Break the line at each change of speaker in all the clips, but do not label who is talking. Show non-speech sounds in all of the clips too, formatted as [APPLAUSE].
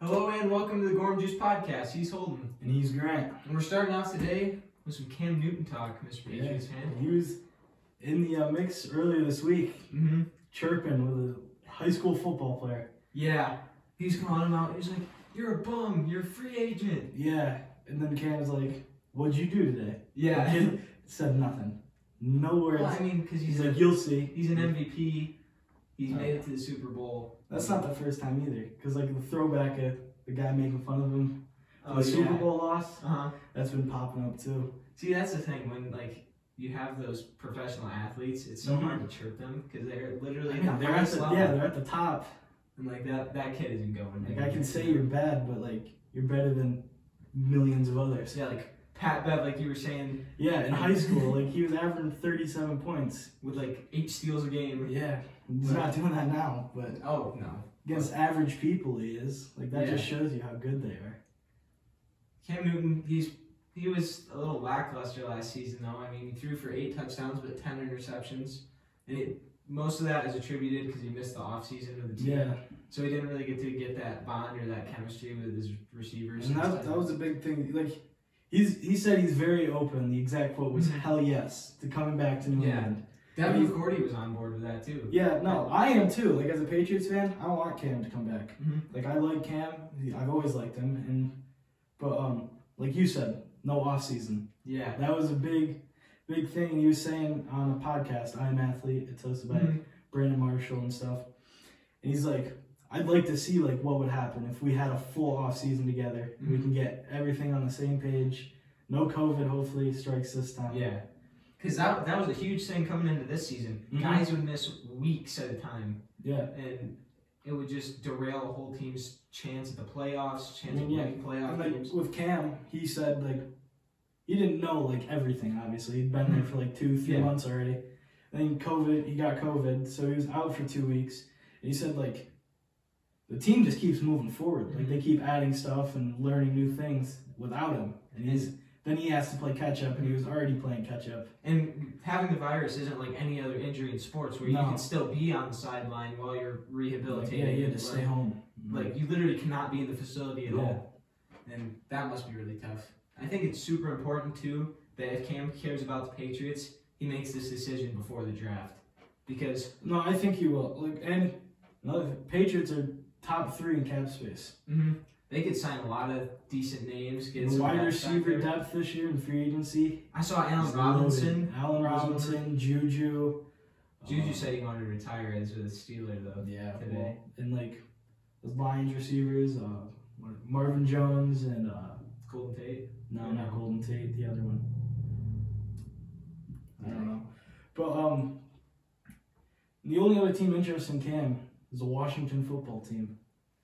and welcome to the Gorm Juice Podcast. He's Holden,
And he's Grant.
and we're starting off today with some Cam Newton talk, Mr.
Yeah.
Patriots fan.
He was in the uh, mix earlier this week,
Mm-hmm.
chirping with a high school football player.
Yeah, he's calling him out. He's like, "You're a bum. You're a free agent."
Yeah. And then Cam's like, What'd you do today? [LAUGHS]
[LAUGHS]
The
Yeah.
kid said nothing. No words.
well, I mean, because
he's
he's
like,
a,
You'll see.
he's an MVP. He's
Oh.
made it to the Super Bowl.
That's not the first time either. Because, like, the throwback of the guy making fun of him,
Oh,
for the Super Bowl loss,
Uh huh.
that's been popping up too.
See, that's the thing when like you have those professional athletes, it's so
Mhm.
hard to chirp them because they're literally
I
at
mean,
the
they're at
highest
the,
level.
yeah, they're at the top.
And like that, that kid isn't going.
Like,
anywhere.
I can say you're bad, but, like, you're better than millions of others.
yeah, like Pat Bev, like you were saying,
Yeah, in high school, like he was averaging 37 points.
with like eight steals a game.
Yeah, he's not doing that now, but
Oh no,
against average people, he is. Like that
Yeah.
just shows you how good they are.
Cam Newton, he's he was a little lackluster last season though. I mean, he threw for eight touchdowns but ten interceptions, and it most of that is attributed because he missed the offseason of the team.
Yeah,
So he didn't really get to get that bond or that chemistry with his receivers.
and that,
stuff.
that was a big thing. Like he's he said he's very open. The exact quote was "Hell yes" to coming back to New
Mm-hmm. Yeah.
England.
Devin McCourty was on board with that too.
Yeah, no, I am too. Like as a Patriots fan, I want Cam to come back.
Mhm.
Like I like Cam. He- I've always liked him, and but um, like you said, no off season.
Yeah.
That was a big, big thing. He was saying on a podcast, I'm athlete. It's hosted by
Mhm.
Brandon Marshall and stuff. And he's like, I'd like to see like what would happen if we had a full off season together. We
Mhm.
can get everything on the same page. No COVID, hopefully strikes this time.
Yeah. Because that, that was a huge thing coming into this season.
Mhm.
Guys would miss weeks at a time,
yeah.
and it would just derail a whole team's chance at the playoffs, chance
I mean, yeah.
of winning playoff
And like
games.
with Cam, he said like he didn't know like everything. Obviously, he'd been there for like two, three
Yeah.
months already. Then COVID, he got COVID, so he was out for two weeks. And he said like the team just keeps moving forward. Like
Mm-hmm.
they keep adding stuff and learning new things without him. And he's then he has to play catch up, and he was already playing catch up.
And having the virus isn't like any other injury in sports where you
No.
can still be on the sideline while you're
Like,
rehabilitating.
yeah, he had to
Like-
stay home.
Like you literally cannot be in the facility at
Yeah.
all, and that must be really tough. I think it's super important too that if Cam cares about the Patriots, he makes this decision before the draft because
no, I think he will. Like and another thing, Patriots are top three in cap space.
mm-hmm, they could sign a lot of decent names. Get
The
some
wide
backs back
receiver
there.
depth this year in free agency.
I saw Allen Robinson.
Allen Robinson, Juju.
Juju
Um,
said he wanted to retire as a Steeler though.
yeah,
today.
well, and like the Lions receivers, uh, Mar- Marvin Jones and uh,
Golden Tate.
no, not Golden Tate, the other one. I don't know, but um, the only other team interested in Cam is the Washington football team.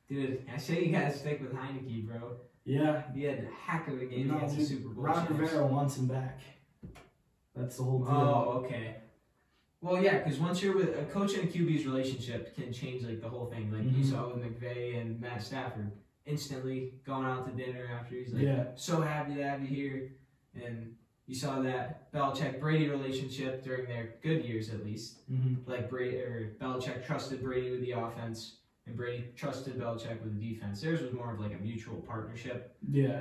Dude, I say you gotta stick with Heineke, bro.
Yeah,
He had a heck of a game
No,
against the
dude,
Super Bowl.
Ron
champs.
Rivera wants him back. That's the whole deal.
Oh, okay. Well, yeah, because once you're with a coach and a QB's relationship can change like the whole thing. Like you
Mhm.
saw with McVay and Matt Stafford, instantly going out to dinner after he's like,
yeah,
"So happy to have you here," and you saw that Belichick Brady relationship during their good years at least.
hmm
Like Brady or Belichick trusted Brady with the offense, and Brady trusted Belichick with the defense. Theirs was more of like a mutual partnership,
yeah,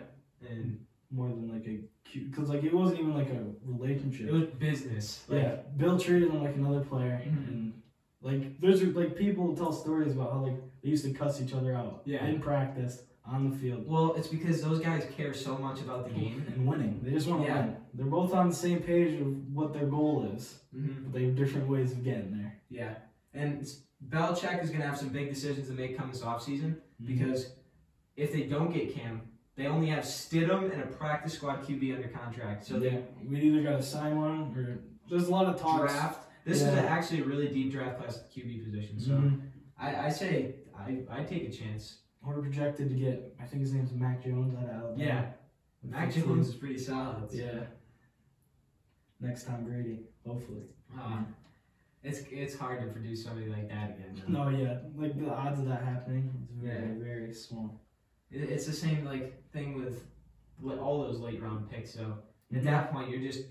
and
more than like a because like it wasn't even like a relationship.
it was business. Like,
yeah, Bill treated him like another player,
Mhm.
and like there's like people tell stories about how like they used to cuss each other out
Yeah.
in practice on the field
Well, it's because those guys care so much about the game.
and winning. They just want to
Yeah.
win. They're both on the same page of what their goal is,
hmm
but they have different ways of getting there.
Yeah, and s- Belichick is going to have some big decisions to make come this offseason
Mm-hmm.
because if they don't get Cam, they only have Stidham and a practice squad QB under contract. So
so yeah, we either got to sign one or there's a lot of
they
talks.
draft. This is
Yeah.
a, actually a really deep draft class at the QB position. So
Mhm.
I, I say I, I take a chance.
We're projected to get. I think his name's Mac Jones out of Alabama.
Yeah, Mac Jones is pretty solid.
Yeah. Next time Brady, hopefully.
Uh, it's it's hard to produce somebody like that again. though.
No, yeah, like the odds of that happening is very, very small.
It, it's the same like thing with li- all those late round picks. So. At that point, you're just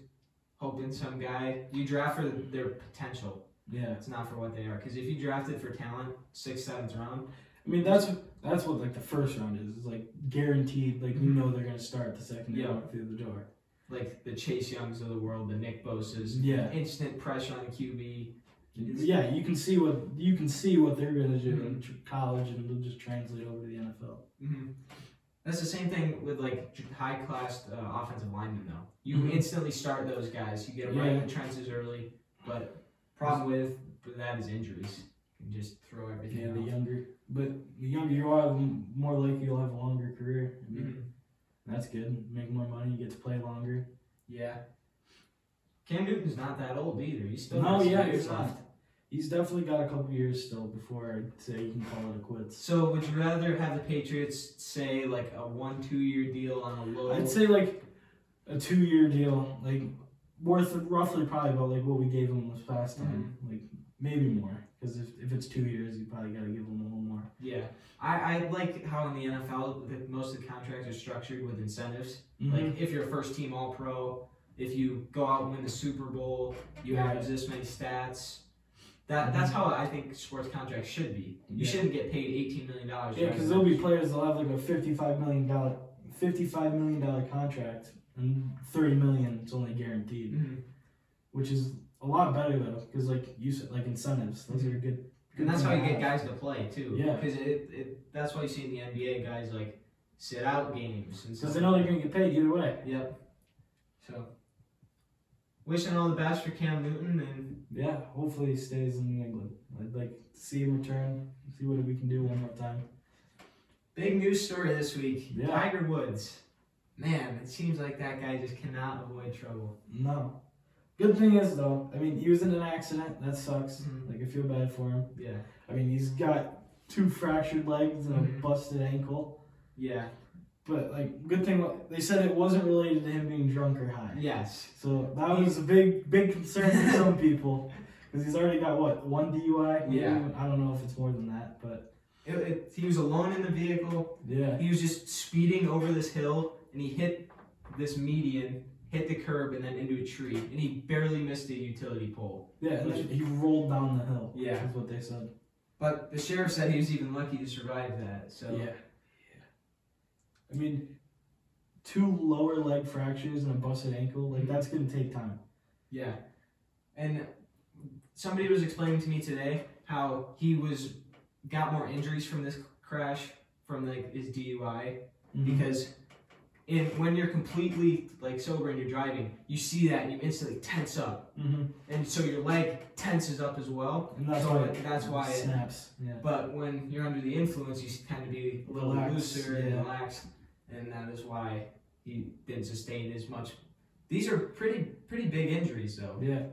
hoping some guy you draft for their potential.
Yeah,
It's not for what they are. Because if you draft it for talent, sixth, seventh round,
I mean that's That's what like the first round is. It's like guaranteed. Like you know they're gonna start the second
Yeah.
they walk through the door.
Like the Chase Youngs of the world, the Nick Boses,
Yeah,
instant pressure on the QB.
yeah. You can see what you can see what they're gonna do in
Mhm.
tr- college, and it'll just translate over to the NFL.
hmm That's the same thing with like high class uh, offensive linemen though. You
Mhm.
instantly start those guys. You get them right in the trenches early. But problem with with that is injuries. You can just throw everything.
Yeah, the
out.
younger, but the younger you are, the m- more likely you'll have a longer career. I mean,
Mhm.
that's good. Make more money. You get to play longer.
Yeah. Cam Newton's not that old either. He's still
No,
got some
yeah,
years
he's not. He's definitely got a couple years still before I'd say you can call it quits.
So would you rather have the Patriots say like a one two year deal on a low?
I'd say like a two-year deal, like worth roughly probably about like what we gave him this past time,
Mm-hmm.
like maybe more. Because if, if it's two years, you probably got to give him a little more.
yeah. I, I like how in the NFL that most of the contracts are structured with incentives. Like
Mm-hmm.
if you're a first team All Pro, if you go out and win the Super Bowl, you
Yeah.
average this many stats. That that's how I think sports contracts should be. You
Mm-hmm. Yeah.
shouldn't get paid eighteen million dollars.
Yeah, because there'll be players that'll have like a fifty-five million dollar, fifty-five million dollar contract, and thirty million is only guaranteed, which is a lot better though. Because like you said, like incentives, those are good.
And that's how you get
good
guys to play too.
Yeah.
Because it, it that's why you see in the NBA guys like sit out games and stuff.
Because they know they're gonna get paid either way.
Yep. So wishing all the best for Cam Newton and
Yeah, hopefully he stays in New England. I'd like to see him return, see what we can do one more time.
big news story this week.
Yeah.
Tiger Woods. Man, it seems like that guy just cannot avoid trouble.
No. Good thing is though, I mean, he was in an accident. That sucks.
Mhm.
Like I feel bad for him.
Yeah.
I mean, he's got two fractured legs and a
Mhm.
busted ankle.
Yeah.
But like, good thing wa- they said it wasn't related to him being drunk or high.
Yes.
So that was a big, big
[LAUGHS]
concern for some people because he's already got what one DUI. maybe?
Yeah.
I don't know if it's more than that, but
It, it, he was alone in the vehicle.
yeah,
He was just speeding over this hill and he hit this median, hit the curb, and then into a tree. And he barely missed a utility pole.
yeah. And then he rolled down the hill. which
Yeah.
is what they said.
But the sheriff said he was even lucky to survive that. So
yeah. I mean, two lower leg fractures and a busted ankle. Like
Mm-hmm.
that's gonna take time.
Yeah. And somebody was explaining to me today how he was got more injuries from this crash from like his DUI
Mm-hmm.
because in when you're completely like sober and you're driving, you see that and you instantly tense up.
hmm
And so your leg tenses up as well.
And that's
Mm-hmm. So
why
it- that's why
it
it-
snaps. Yeah.
But when you're under the influence, you tend to be a little
Relaxed,
looser and
yeah.
relaxed, and that is why he didn't sustain as much. These are pretty pretty big injuries though.
Yeah.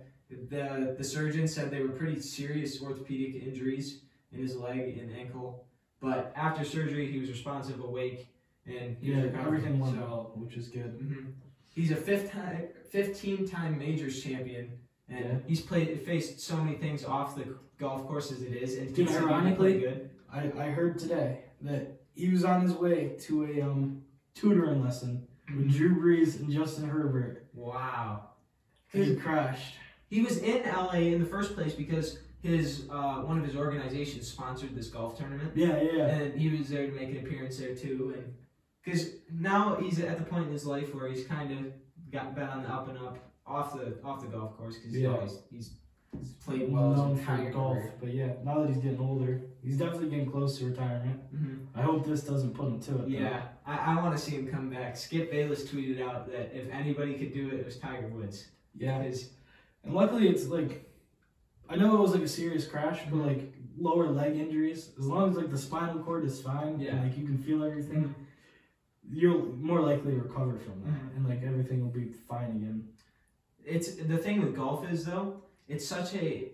The the surgeon said they were pretty serious orthopedic injuries in his leg and ankle, but after surgery he was responsive, awake, and he
Yeah.
was recovering,
Everything went
so-
well, which is good.
Mhm. He's a fifth time, fifteen time majors champion, and
Yeah.
he's played faced so many things off the golf course as it is, and
Dude,
considered to play
ironically-
good.
I, I heard today that he was on his way to a um, tutoring lesson
Mm-hmm.
with Drew Brees and Justin Herbert.
Wow.
And he
He,
crashed.
he was in LA in the first place because his uh, one of his organizations sponsored this golf tournament,
Yeah, yeah, yeah.
and he was there to make an appearance there too. And because now he's at the point in his life where he's kind of got back on the up and up off the off the golf course because he's
Yeah.
always he's, he's played
He's
well
known
his
for
entire
golf,
career.
but yeah, now that he's getting older, he's definitely getting close to retirement.
Mhm.
I hope this doesn't put him to it. though.
Yeah, I, I want to see him come back. Skip Bayless tweeted out that if anybody could do it, it was Tiger Woods.
yeah.
'Cause-
And luckily, it's like I know it was like a serious crash, but
Mhm.
like lower leg injuries, as long as like the spinal cord is fine, yeah,
Yeah.
and, like you can feel everything, you're more likely to recover from that,
Mhm.
and like everything will be fine again.
it's the thing with golf is though, it's such a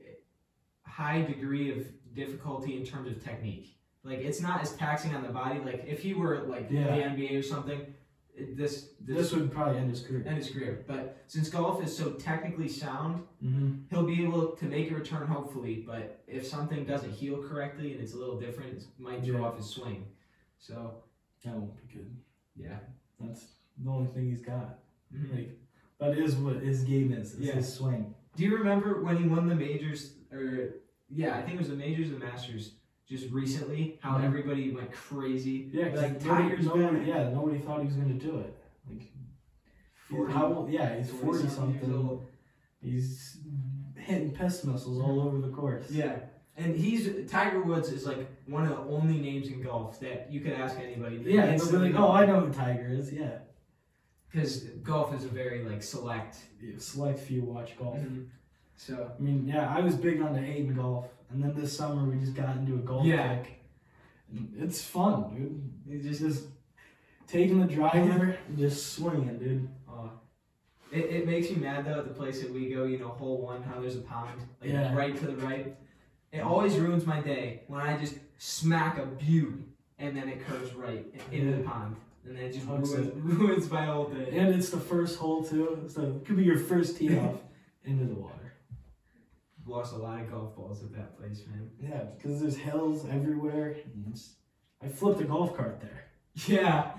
high degree of difficulty in terms of technique. Like it's not as taxing on the body. Like if he were like
Yeah.
the NBA or something, it, this
This
this
would probably end his career.
end his career. But since golf is so technically sound,
Mm-hmm.
he'll be able to make a return hopefully. But if something doesn't heal correctly and it's a little different, it might throw
Yeah.
off his swing. So
That won't be good.
yeah.
That's the only thing he's got.
Mhm.
Like that is what his game is. is
Yeah.
his swing.
Do you remember when he won the majors? Or yeah, I think it was the majors and masters. just recently how
Yeah.
everybody went crazy.
Yeah, 'cause
Like,
nobody-
Tiger's
nobody,
back.
yeah, nobody thought he was gonna do it. Like,
40
how old? Yeah, he's forty
40-something years
something.
old.
He's hitting piss missiles all over the course.
Yeah. And he's Tiger Woods is like one of the only names in golf that you could ask anybody.
yeah. and They'll be like, oh, I know who Tiger is. Yeah,
Because golf is a very like select.
select few watch golf.
So
I mean, yeah, I was big on the Hayden golf, and then this summer we just got into a golf
Yeah.
kick. And Mm, It's fun, dude.
it
It's
just
just taking the driver and just swinging, dude.
uh, it, it makes you mad though at the place that we go. You know, hole one, how there's a pond like
Yeah.
right to the right. It always ruins my day when I just smack a butte and then it curves right into the
Yeah.
pond, and then it just
Hugs
ruins, ruins my whole day.
And it's the first hole too, so it could be your first tee off into the water.
Lost a lot of golf balls at that place, man.
Yeah, because there's hills everywhere. and it's- I flipped a golf cart there.
Yeah.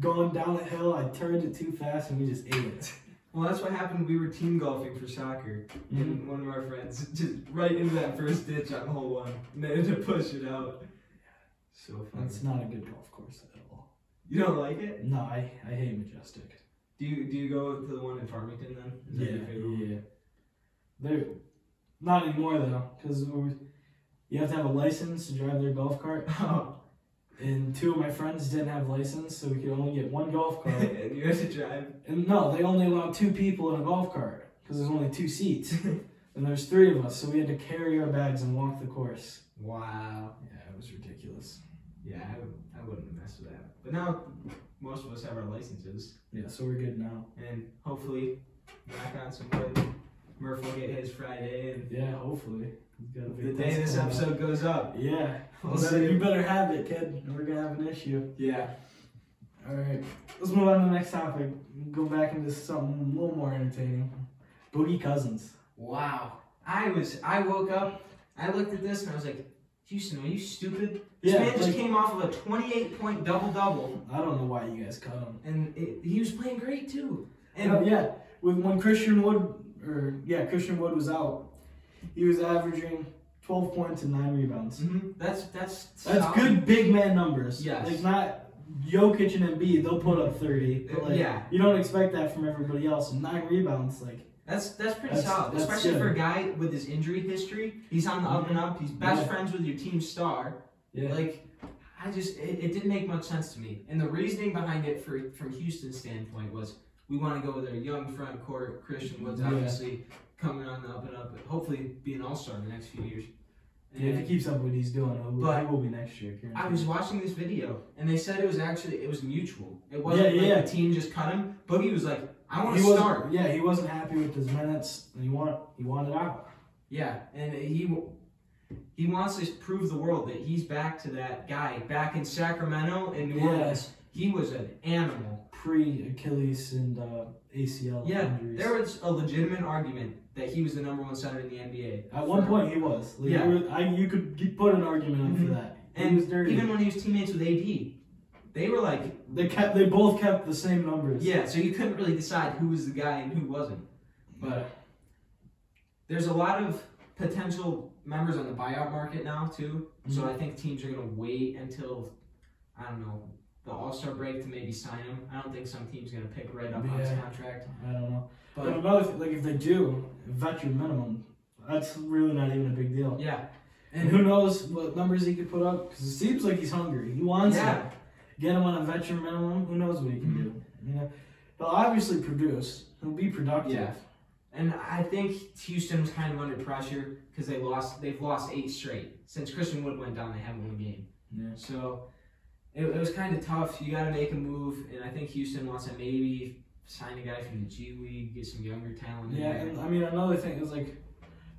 Going down a hill, I turned it too fast and we just ate it.
Well, that's what happened. We were team golfing for soccer,
Mm-hmm.
and one of our friends [LAUGHS] just right into that first ditch on hole one, managed to push it out. So fun.
That's not a good golf course at all.
You don't like it?
No, I, I hate Majestic.
Do you do you go to the one in Farmington then? Is that
Yeah,
your favorite one?
yeah. They're not anymore though, because you have to have a license to drive their golf cart.
[LAUGHS] Oh,
And two of my friends didn't have license, so we could only get one golf cart.
[LAUGHS] and you have to drive. [LAUGHS]
and no, they only allow two people in a golf cart because there's only two seats, and there's three of us, so we had to carry our bags and walk the course.
Wow.
Yeah, it was ridiculous.
Yeah, I, w- I wouldn't have messed with that. But now most of us have our licenses,
Yeah, so we're good now.
and hopefully, knock on some wood, Murph will get his Friday, and
Yeah, hopefully. We've got a
the
big
day
test
this
coming up.
episode goes up,
Yeah,
we'll
You better- you
see.
better have it, kid. We're gonna have an issue.
Yeah.
All right, let's move on to the next topic. Go back into something a little more entertaining. Boogie Cousins.
Wow. I was I woke up, I looked at this and I was like, Houston, are you stupid? This
Yeah,
man just
like-
came off of a 28 point double double,
I don't know why you guys cut him.
and it, he was playing great too. And
And oh, yeah, with when Christian Wood or yeah Christian Wood was out, he was averaging twelve points and nine rebounds.
mhm, that's that's
That's
solid.
good big man numbers.
Yes.
like not Jokic and Embiid. They'll put up thirty. But like,
Yeah.
you don't expect that from everybody else. And nine rebounds, like
That's that's pretty
That's-
solid,
that's
especially
good. Mm-hmm.
for a guy with his injury history. He's on the up and up. He's best
Yeah.
friends with your team star.
yeah,
Like, I just it, it didn't make much sense to me. And the reasoning behind it for from Houston's standpoint was we want to go with our young front court, Christian Woods,
Yeah.
obviously coming on the up and up, but hopefully be an all star in the next few years. And
if he keeps up what he's doing, he'll-
But-
he will be next year.
I
guaranteed.
was watching this video, and they said it was actually it was mutual. It wasn't
Yeah,
like
yeah.
the team just cut him. Boogie was like, I want
he
to
wasn't-
start.
Yeah, he wasn't happy with his minutes. And he wanted he wanted out.
Yeah, and he he wants to prove the world that he's back to that guy back in Sacramento and New
Yeah.
Orleans. He was an animal.
Pre Achilles and uh, ACL
Yeah,
injuries.
there was a legitimate argument that he was the number one center in the NBA.
At one point, he was. Like,
Yeah. Mm-hmm.
yeah. I, you could g- put an argument on for that. He
And
was dirty.
even when he was teammates with AD, they were like,
they kept. They both kept the same numbers.
yeah. So you couldn't really decide who was the guy and who wasn't. But there's a lot of potential members on the buyout market now too. So
Mm-hmm.
I think teams are gonna wait until I don't know the All Star break to maybe sign him. I don't think some team's gonna pick right up on his
Yeah.
contract.
I don't know. But,
But
another thing, like if they do veteran minimum, that's really not even a big deal.
yeah,
And who knows what numbers he could put up? Because it seems like he's hungry. He wants it.
yeah,
get him on a veteran minimum. Who knows what he can do? You know, he'll obviously produce. He'll be productive.
Yeah. and I think Houston was kind of under pressure because they lost. They've lost eight straight since Christian Wood went down. They haven't won a game.
Yeah.
So it, it was kind of tough. You got to make a move, and I think Houston wants to maybe sign a guy from the G League, get some younger talent. in
Yeah,
there.
and I mean another thing is like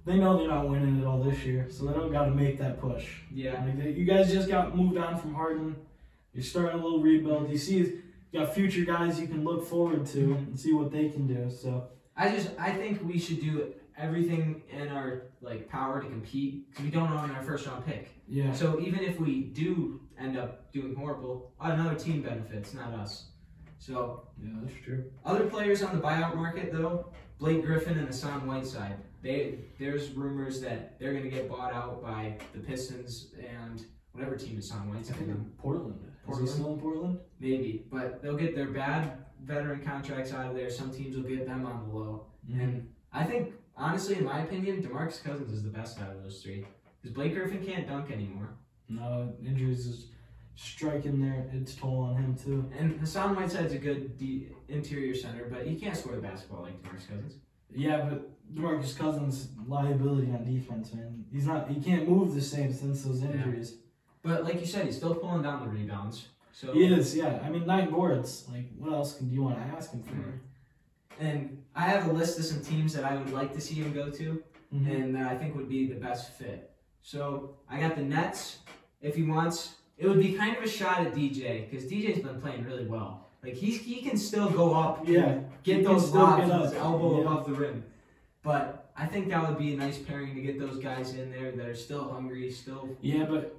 they know they're not winning it all this year, so they don't got to make that push.
yeah,
Like they, you guys just got moved on from Harden. You're starting a little rebuild. You see, you got future guys you can look forward to and see what they can do. So
I just I think we should do everything in our like power to compete because we don't own our first round pick.
yeah,
So even if we do end up doing horrible, another team benefits, not us. So
yeah, that's true.
other players on the buyout market though, Blake Griffin and Hassan Whiteside. They there's rumors that they're gonna get bought out by the Pistons and whatever team Hassan
I
Whiteside
think
on.
in Portland. Portland.
Portland?
Is he still in Portland?
Maybe, but they'll get their bad veteran contracts out of there. Some teams will get them on the low. And I think honestly, in my opinion, DeMarcus Cousins is the best out of those three. Because Blake Griffin can't dunk anymore.
No, uh, injuries is striking there. It's toll on him too.
And Hassan Whiteside's a good de- interior center, but he can't score the basketball like DeMarcus Cousins.
Yeah, but DeMarcus Cousins liability on defense, man. He's not. He can't move the same since those
Yeah.
injuries.
But like you said, he's still pulling down the rebounds. So
He is. Yeah. I mean, nine boards. Like, what else can do you want to ask him for?
And I have a list of some teams that I would like to see him go to
Mhm.
and that I think would be the best fit. So I got the Nets if he wants. It would be kind of a shot at DJ because DJ's been playing really well. Like he's, he can still go up,
Yeah.
get
He can
those
still
lobs
get
with his
up,
elbow
yeah.
above the rim. But I think that would be a nice pairing to get those guys in there that are still hungry, still
Yeah, but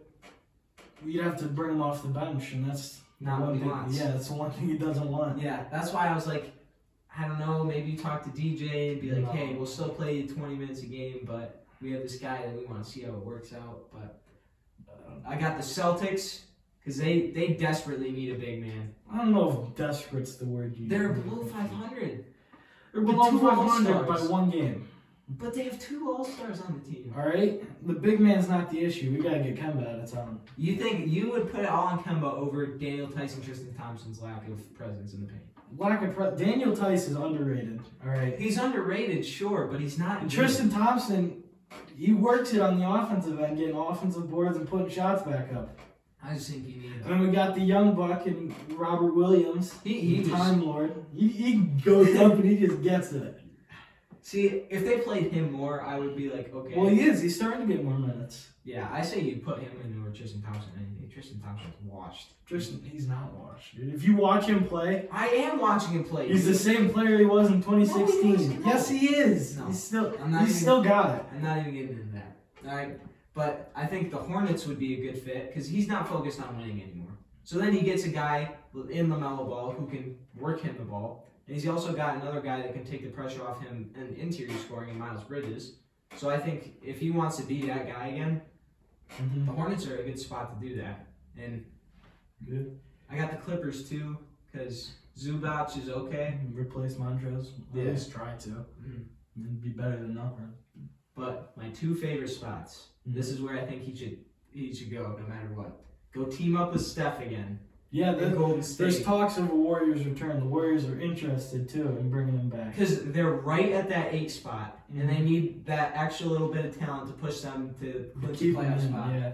you'd have to bring him off the bench, and that's
not what
one
he
thing.
wants.
Yeah, that's the one thing he doesn't want.
Yeah, that's why I was like, I don't know, maybe talk to DJ and be like,
No.
hey, we'll still play you 20 minutes a game, but we have this guy that we want to see how it works out. But
Uh,
I got the Celtics because they, they desperately need a big man.
I don't know if desperate's the word you.
They're below 500,
They're below
The two
500 by
All-Stars.
one game.
but they have two All Stars on the team.
All right, the big man's not the issue. We gotta get Kemba out of town.
You think you would put it all on Kemba over Daniel Tyson Tristan Thompson's lack of presence in the paint?
Lack of pre- Daniel Tice is underrated. All right,
He's underrated, sure, but he's not.
and Tristan Thompson, he works it on the offensive end, getting offensive boards and putting shots back up.
I just think you need
And
him.
then we got the young buck and Robert Williams,
He, he just-
time lord. He, he goes up and he just gets it.
[LAUGHS] see if they played him more, I would be like, okay.
Well, he is. He's starting to get more minutes.
Yeah, I say you put him in over Tristan Thompson. Anything. Tristan Thompson's washed.
Tristan, he's not washed, dude. If you watch him play,
I am watching him play.
he's the same player he was in
No, he's
2016.
not.
yes, he is.
No.
He's still,
I'm not
he's
even-
still got it.
I'm not even getting into that. All right, but I think the Hornets would be a good fit because he's not focused on winning anymore. So then he gets a guy in Lamelo Ball who can work him the ball, and he's also got another guy that can take the pressure off him and interior scoring in Miles Bridges. So I think if he wants to be that guy again,
Mm-hmm.
the Hornets are a good spot to do that. And
Good.
I got the Clippers too because Zubac is okay.
Replace Montrez.
Yeah.
At least try to.
Mhm.
It'd be better than nothing.
But my two favorite spots.
Mhm.
This is where I think he should he should go no matter what. Go team up with Steph again
Yeah,
in
there,
Golden
there's
State
talks of a Warriors return. The Warriors are interested too in bringing him back.
because they're right at that eight spot and they
Mhm.
need that extra little bit of talent to push them to clinch the
Keep him
playoff
in,
spot.
Yeah.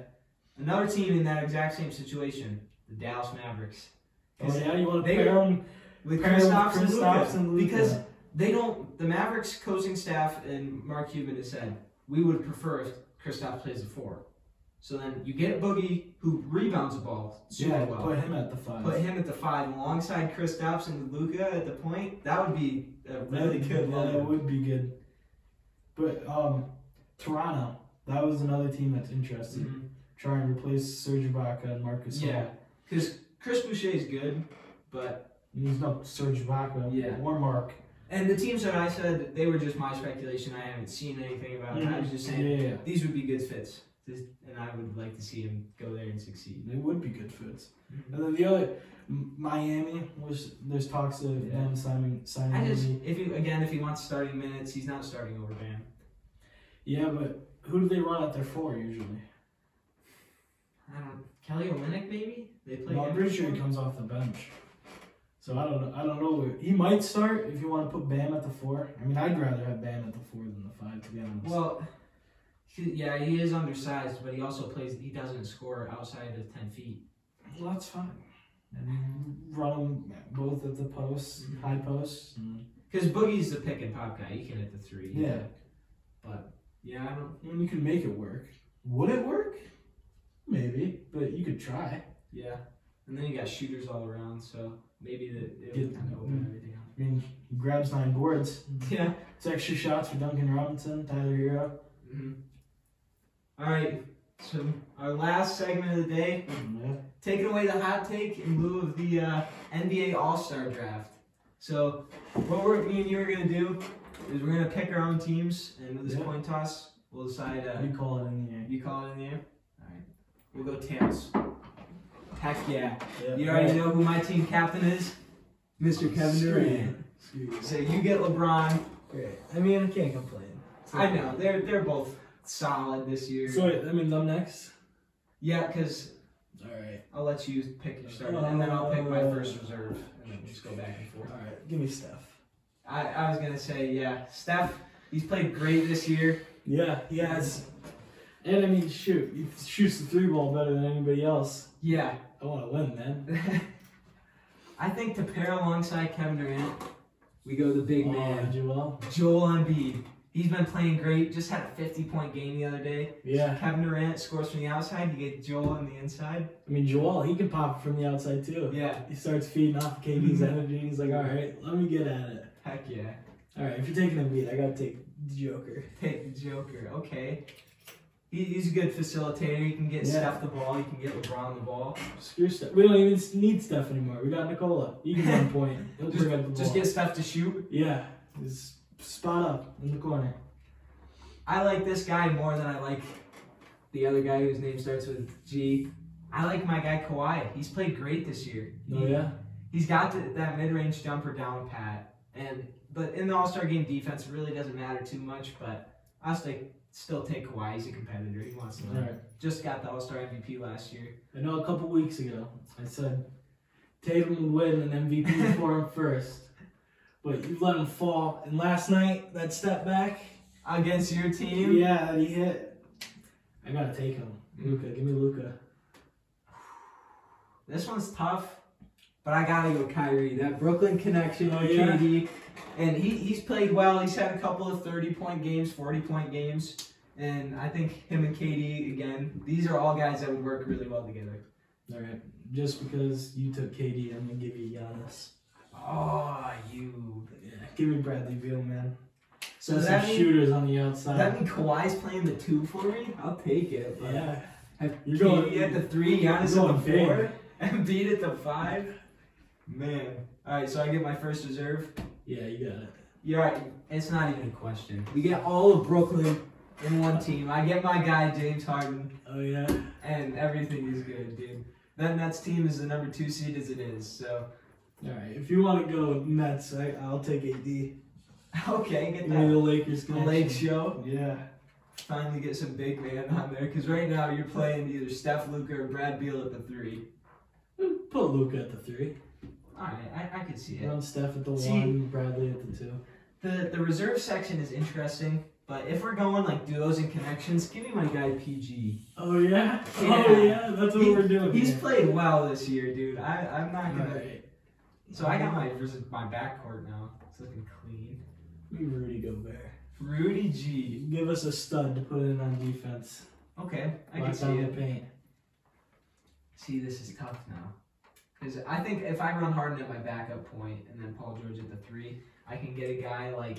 Another team in that exact same situation, the Dallas Mavericks.
Oh, yeah, you want to
They-
pair him,
With
pair him with
Kristaps and
Kristaps
Luka.
and Luka.
Because they don't. The Mavericks coaching staff and Mark Cuban has said we would prefer if Kristaps plays the four. So then you get Boogie, who rebounds the ball super
yeah,
well.
put him at the five.
Put him at the five alongside Kristaps and Luca at the point. That would be a really good
Yeah, that
lineup.
would be good. But um, Toronto, that was another team that's interested.
Mhm.
Try and replace Serge Ibaka and Marcus. Gasol.
Yeah, because Chris Boucher is good, but
there's no Serge Ibaka
Yeah.
or Mark.
and the teams that I said they were just my speculation. I haven't seen anything about. it. I was just saying
Yeah, yeah, yeah.
these would be good fits, This- and I would like to see him go there and succeed.
They would be good fits. And then the other, M- Miami was there's talks of
Yeah.
them signing signing.
I just
him.
if he again if he wants starting minutes, he's not starting over Bam.
yeah, but who do they run at their four usually?
I don't Kelly Olynyk maybe they play.
No, I'm
him
pretty sure
before?
he comes off the bench. So I don't know. I don't know. He might start if you want to put Bam at the four. I mean, I'd rather have Bam at the four than the five, to be honest.
Well, he- yeah, he is undersized, but he also plays. He doesn't score outside of ten feet.
Well, that's fine. Run them both at the post,
Mhm.
high post.
Because Boogie's the pick and pop guy. He can hit the three.
Yeah,
But yeah, I don't.
I mean, you can make it work. Would it work? Maybe, but you could try.
Yeah. And then you got shooters all around, so maybe that it
Get-
would kind of open everything up. [LAUGHS]
I mean, he grabs nine boards.
Yeah.
It's extra shots for Duncan Robinson, Tyler Hero.
Mhm. All right. So our last segment of the day,
Yeah.
taking away the hot take in lieu of the uh, NBA All Star Draft. So what we're me and you are gonna do is we're gonna pick our own teams, and with this
Yeah.
coin toss, we'll decide. Uh,
You call it in the air.
you call it in the air. All right, we'll go tails. Heck yeah! Oh,
Yeah.
You already know who my team captain is, Mr. Kevin
Screw
Durant.
you. Screw
So you get LeBron.
Great. I mean, I can't complain. It's
I
okay.
know they're they're both solid this year.
you. So wait, that means I'm next.
yeah, because
All right.
I'll let you pick your starter, and then I'll pick my first reserve, and then just go back and
All
forth.
right, give me Steph.
I, I was gonna say yeah, Steph. He's played great this year.
Yeah. He has. And I mean, shoot, he shoots the three ball better than anybody else.
Yeah, [LAUGHS]
I want to win, man.
I think to pair alongside Kevin Durant, we go the big
Oh,
man,
Joel.
Joel Embiid. He's been playing great. Just had a 50 point game the other day.
Yeah.
Kevin Durant scores from the outside. You get Joel on the inside.
I mean, Joel, he can pop it from the outside too.
Yeah,
He starts feeding off
Mm-hmm.
KD's energy. He's like, all right, let me get at it.
heck yeah.
All right, if you're taking a beat, I gotta take.
The Joker.
Take the Joker. Okay. He, he's a good facilitator. He can get
Yeah.
Steph the ball. He can get LeBron the ball.
Screw Steph. We don't even need Steph anymore. We got Nicola. He can run [LAUGHS] point. He'll bring up the ball.
Just get Steph to shoot.
yeah, just spot up in the corner.
I like this guy more than I like the other guy whose name starts with G. I like my guy Kawhi. He's played great this year.
Oh yeah.
he's got th- that mid-range jumper down pat, and but in the All-Star game defense it really doesn't matter too much. But I still still take Kawhi. He's a competitor. He wants to
All
win.
right.
Just got the All-Star MVP last year.
I know a couple weeks ago I said Tatum would win an MVP for [LAUGHS] him first, but you let him fall. And last night that step back,
Against your team,
yeah, that he hit. I gotta take him. Luca, give me Luca.
this one's tough. But I gotta go Kyrie. That Brooklyn connection
Oh,
with
yeah.
KD, and he, he's played well. He's had a couple of thirty-point games, forty-point games, and I think him and KD again. These are all guys that would work really well together.
All right. Just because you took KD, I'm gonna give you Giannis. Ah,
Oh, you.
Yeah. Give me Bradley Beal, man.
So
So
does
some
that mean
shooters on the
Does
outside.
that mean Kawhi's playing the two for me? I'll take it. But
yeah.
Have
You're
you're
going-
at the three, Giannis
you're
at the
going
four, [LAUGHS] Embiid at the five. Man. All right, so I get my first reserve.
Yeah, you got it.
You're right. It's not even a question. We get all of Brooklyn in one team. I get my guy James Harden,
Oh yeah.
and everything is good, dude. That Nets team is the number two seed as it is. So [LAUGHS]
All right. If you want to go Nets, I, I'll take AD. Give
okay, get
me the
that.
Lakers.
The
connection.
Lake Show.
Yeah.
finally get some big man on there because right now you're playing either Steph Luca or Brad Beal at the three.
Put Luca at the three.
All right, I, I could see
Yeah.
it.
Run Steph at the
See-
one. Bradley at the two.
The the reserve section is interesting, but if we're going like duos and connections, give me my guy PG.
Oh yeah.
Yeah.
Oh yeah. That's what
He-
we're doing.
He's
here.
played well this year, dude. I I'm not
All
gonna.
right.
So I got my res- my backcourt now. It's looking clean.
Give me Rudy Gobert.
Rudy G.
Give us a stud to put in on defense.
Okay, I can
Lock
see
down
it.
the paint.
See, this is tough now. Because I think if I run Harden at my backup point and then Paul George at the three, I can get a guy like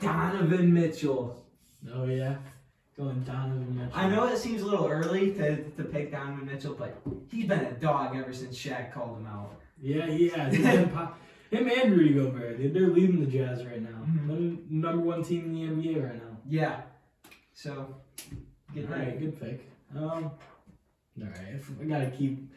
Donovan Mitchell.
Oh yeah. Going Donovan Mitchell.
I know it seems a little early to, to pick Donovan Mitchell, but he's been a dog ever since Shaq called him out.
Yeah, yeah. He's been pop- Him and Rudy Gobert, dude, they're leading the Jazz right now.
Mhm.
They're the number one team in the NBA right now.
Yeah. So, get
all
that.
right, good pick. Um, all right, if I gotta keep.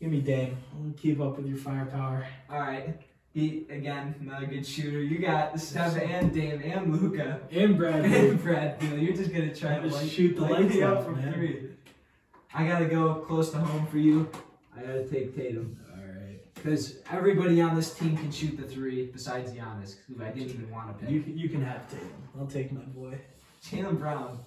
Give me Dame. I'll keep up with your firepower.
All right. He, again, another good shooter. You got Steph and Dame and Luca
And Bradley. [LAUGHS]
and Brad Beal. You're just going to try
Trying
to
to
light
shoot the
Light
lights
me
out,
up from
man.
three. I gotta go close to home for you. I gotta take Tatum
All right,
because everybody on this team can shoot the three besides Giannis, who I didn't even want to pick.
you can, you can have Tatum. I'll take my boy.
Jalen Brown.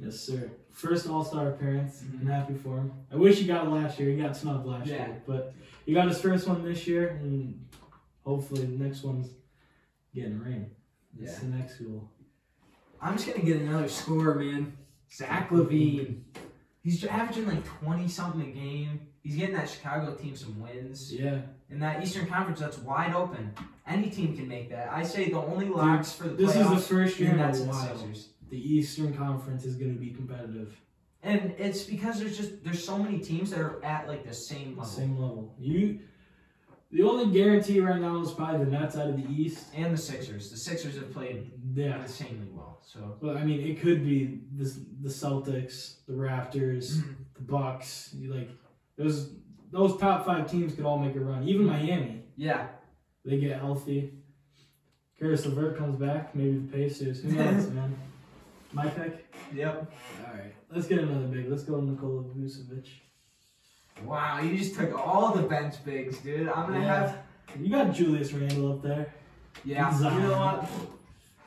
Yes, sir. Mm-hmm. First All Star appearance.
Mhm.
I'm happy for him. I wish he got it last year. He got snubbed last
Yeah.
year, but he got his first one this year, and hopefully the next one's getting a ring. It's the next goal.
I'm just gonna get another scorer, man. Zach Levine. He's averaging like 20 something a game. He's getting that Chicago team some wins.
Yeah.
In that Eastern Conference, that's wide open. Any team can make that. I say the only locks for the
This is
playoffs.
the first year
and
in a
that's in
while
Sixers.
the Eastern Conference is going to be competitive.
And it's because there's just there's so many teams that are at like the same level.
Same level. You The only guarantee right now is probably the Nets out of the East.
And the Sixers. The Sixers have played
Yeah.
insanely well. So
Well, I mean, it could be this, the Celtics, the
Mm.
Raptors, the Bucks. You like those those top five teams could all make a run. Even Miami,
yeah,
they get healthy. Karis LeVert comes back. Maybe the Pacers.
[LAUGHS]
Who knows, man? My pick.
yep.
All right, let's get another big. Let's go Nikola Vucevic.
Wow, you just took all the bench bigs, dude. I'm gonna
Yeah.
have
You got Julius Randle up there.
Yeah,
Zion.
you know what?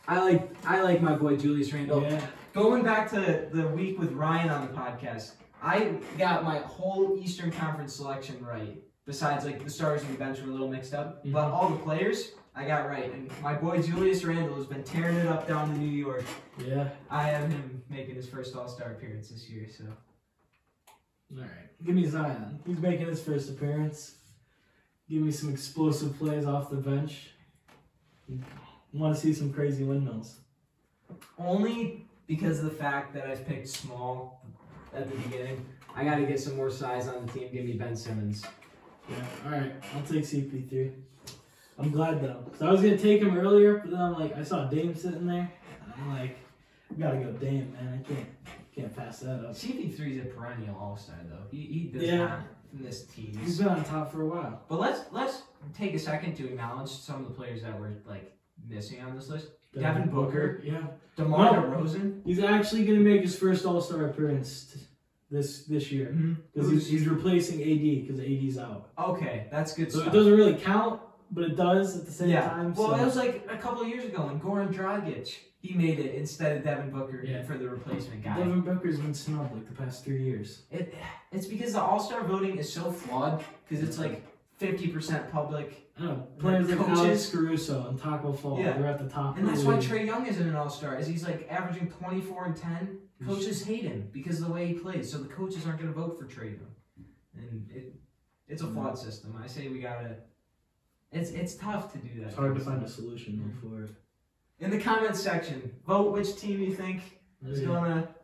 I like I like my boy Julius Randle.
Yeah.
Going back to the week with Ryan on the podcast, I got my whole Eastern Conference selection right. Besides, like the stars and the bench were a little mixed up, but all the players I got right. And my boy Julius Randle has been tearing it up down to New York.
Yeah.
I have him making his first All Star appearance this year. So
All right. Give me Zion. He's making his first appearance. Give me some explosive plays off the bench. Want to see some crazy windmills?
only because of the fact that I picked small at the beginning, I got to get some more size on the team. Give me Ben Simmons.
Yeah. All right. I'll take CP3. I'm glad though, 'cause I was gonna take him earlier, but then I'm like, I saw Dame sitting there, and I'm like, I gotta go Dame, man. I can't, can't pass that up.
CP3 is a perennial all star though. He, he does
Yeah.
not miss
He's
teams.
been on top for a while.
But let's let's take a second to acknowledge some of the players that were like missing on this list. Devin Booker.
Yeah.
DeMar
No.
DeRozan.
He's actually going to make his first All Star appearance t- this this year because he's, he's replacing AD because AD's out.
Okay, that's good
So it
stuff.
doesn't really count, but it does at the same
yeah.
time.
well,
so-
it was like a couple of years ago when Goran Dragic he made it instead of Devin Booker
Yeah.
for the replacement guy.
Devin Booker's been snubbed like the past three years.
It, it's because the All Star voting is so flawed because it's like fifty percent public,
I don't know. Players like
coaches-
Alex Caruso and Taco Fall,
Yeah.
they're at the top.
and
of
that's
the
why
league.
Trey Young isn't an All Star. Is he's like averaging twenty four and ten. Coaches hate him because of the way he plays, so the coaches aren't going to vote for Trey Young, and it it's a
Mm.
flawed system. I say we gotta. It's it's tough to do that.
It's hard to find a
Mm-hmm.
solution though, for it.
In the comments section, vote which team you think is
Yeah.
gonna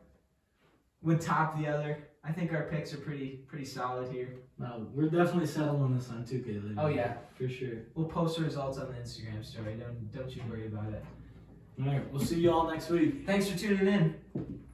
would top the other. I think our picks are pretty pretty solid here.
No, we're definitely settling this on 2K later.
Oh yeah,
For sure.
we'll post the results on the Instagram story. Don't don't you worry about it.
All right. We'll see you all next week.
Thanks for tuning in.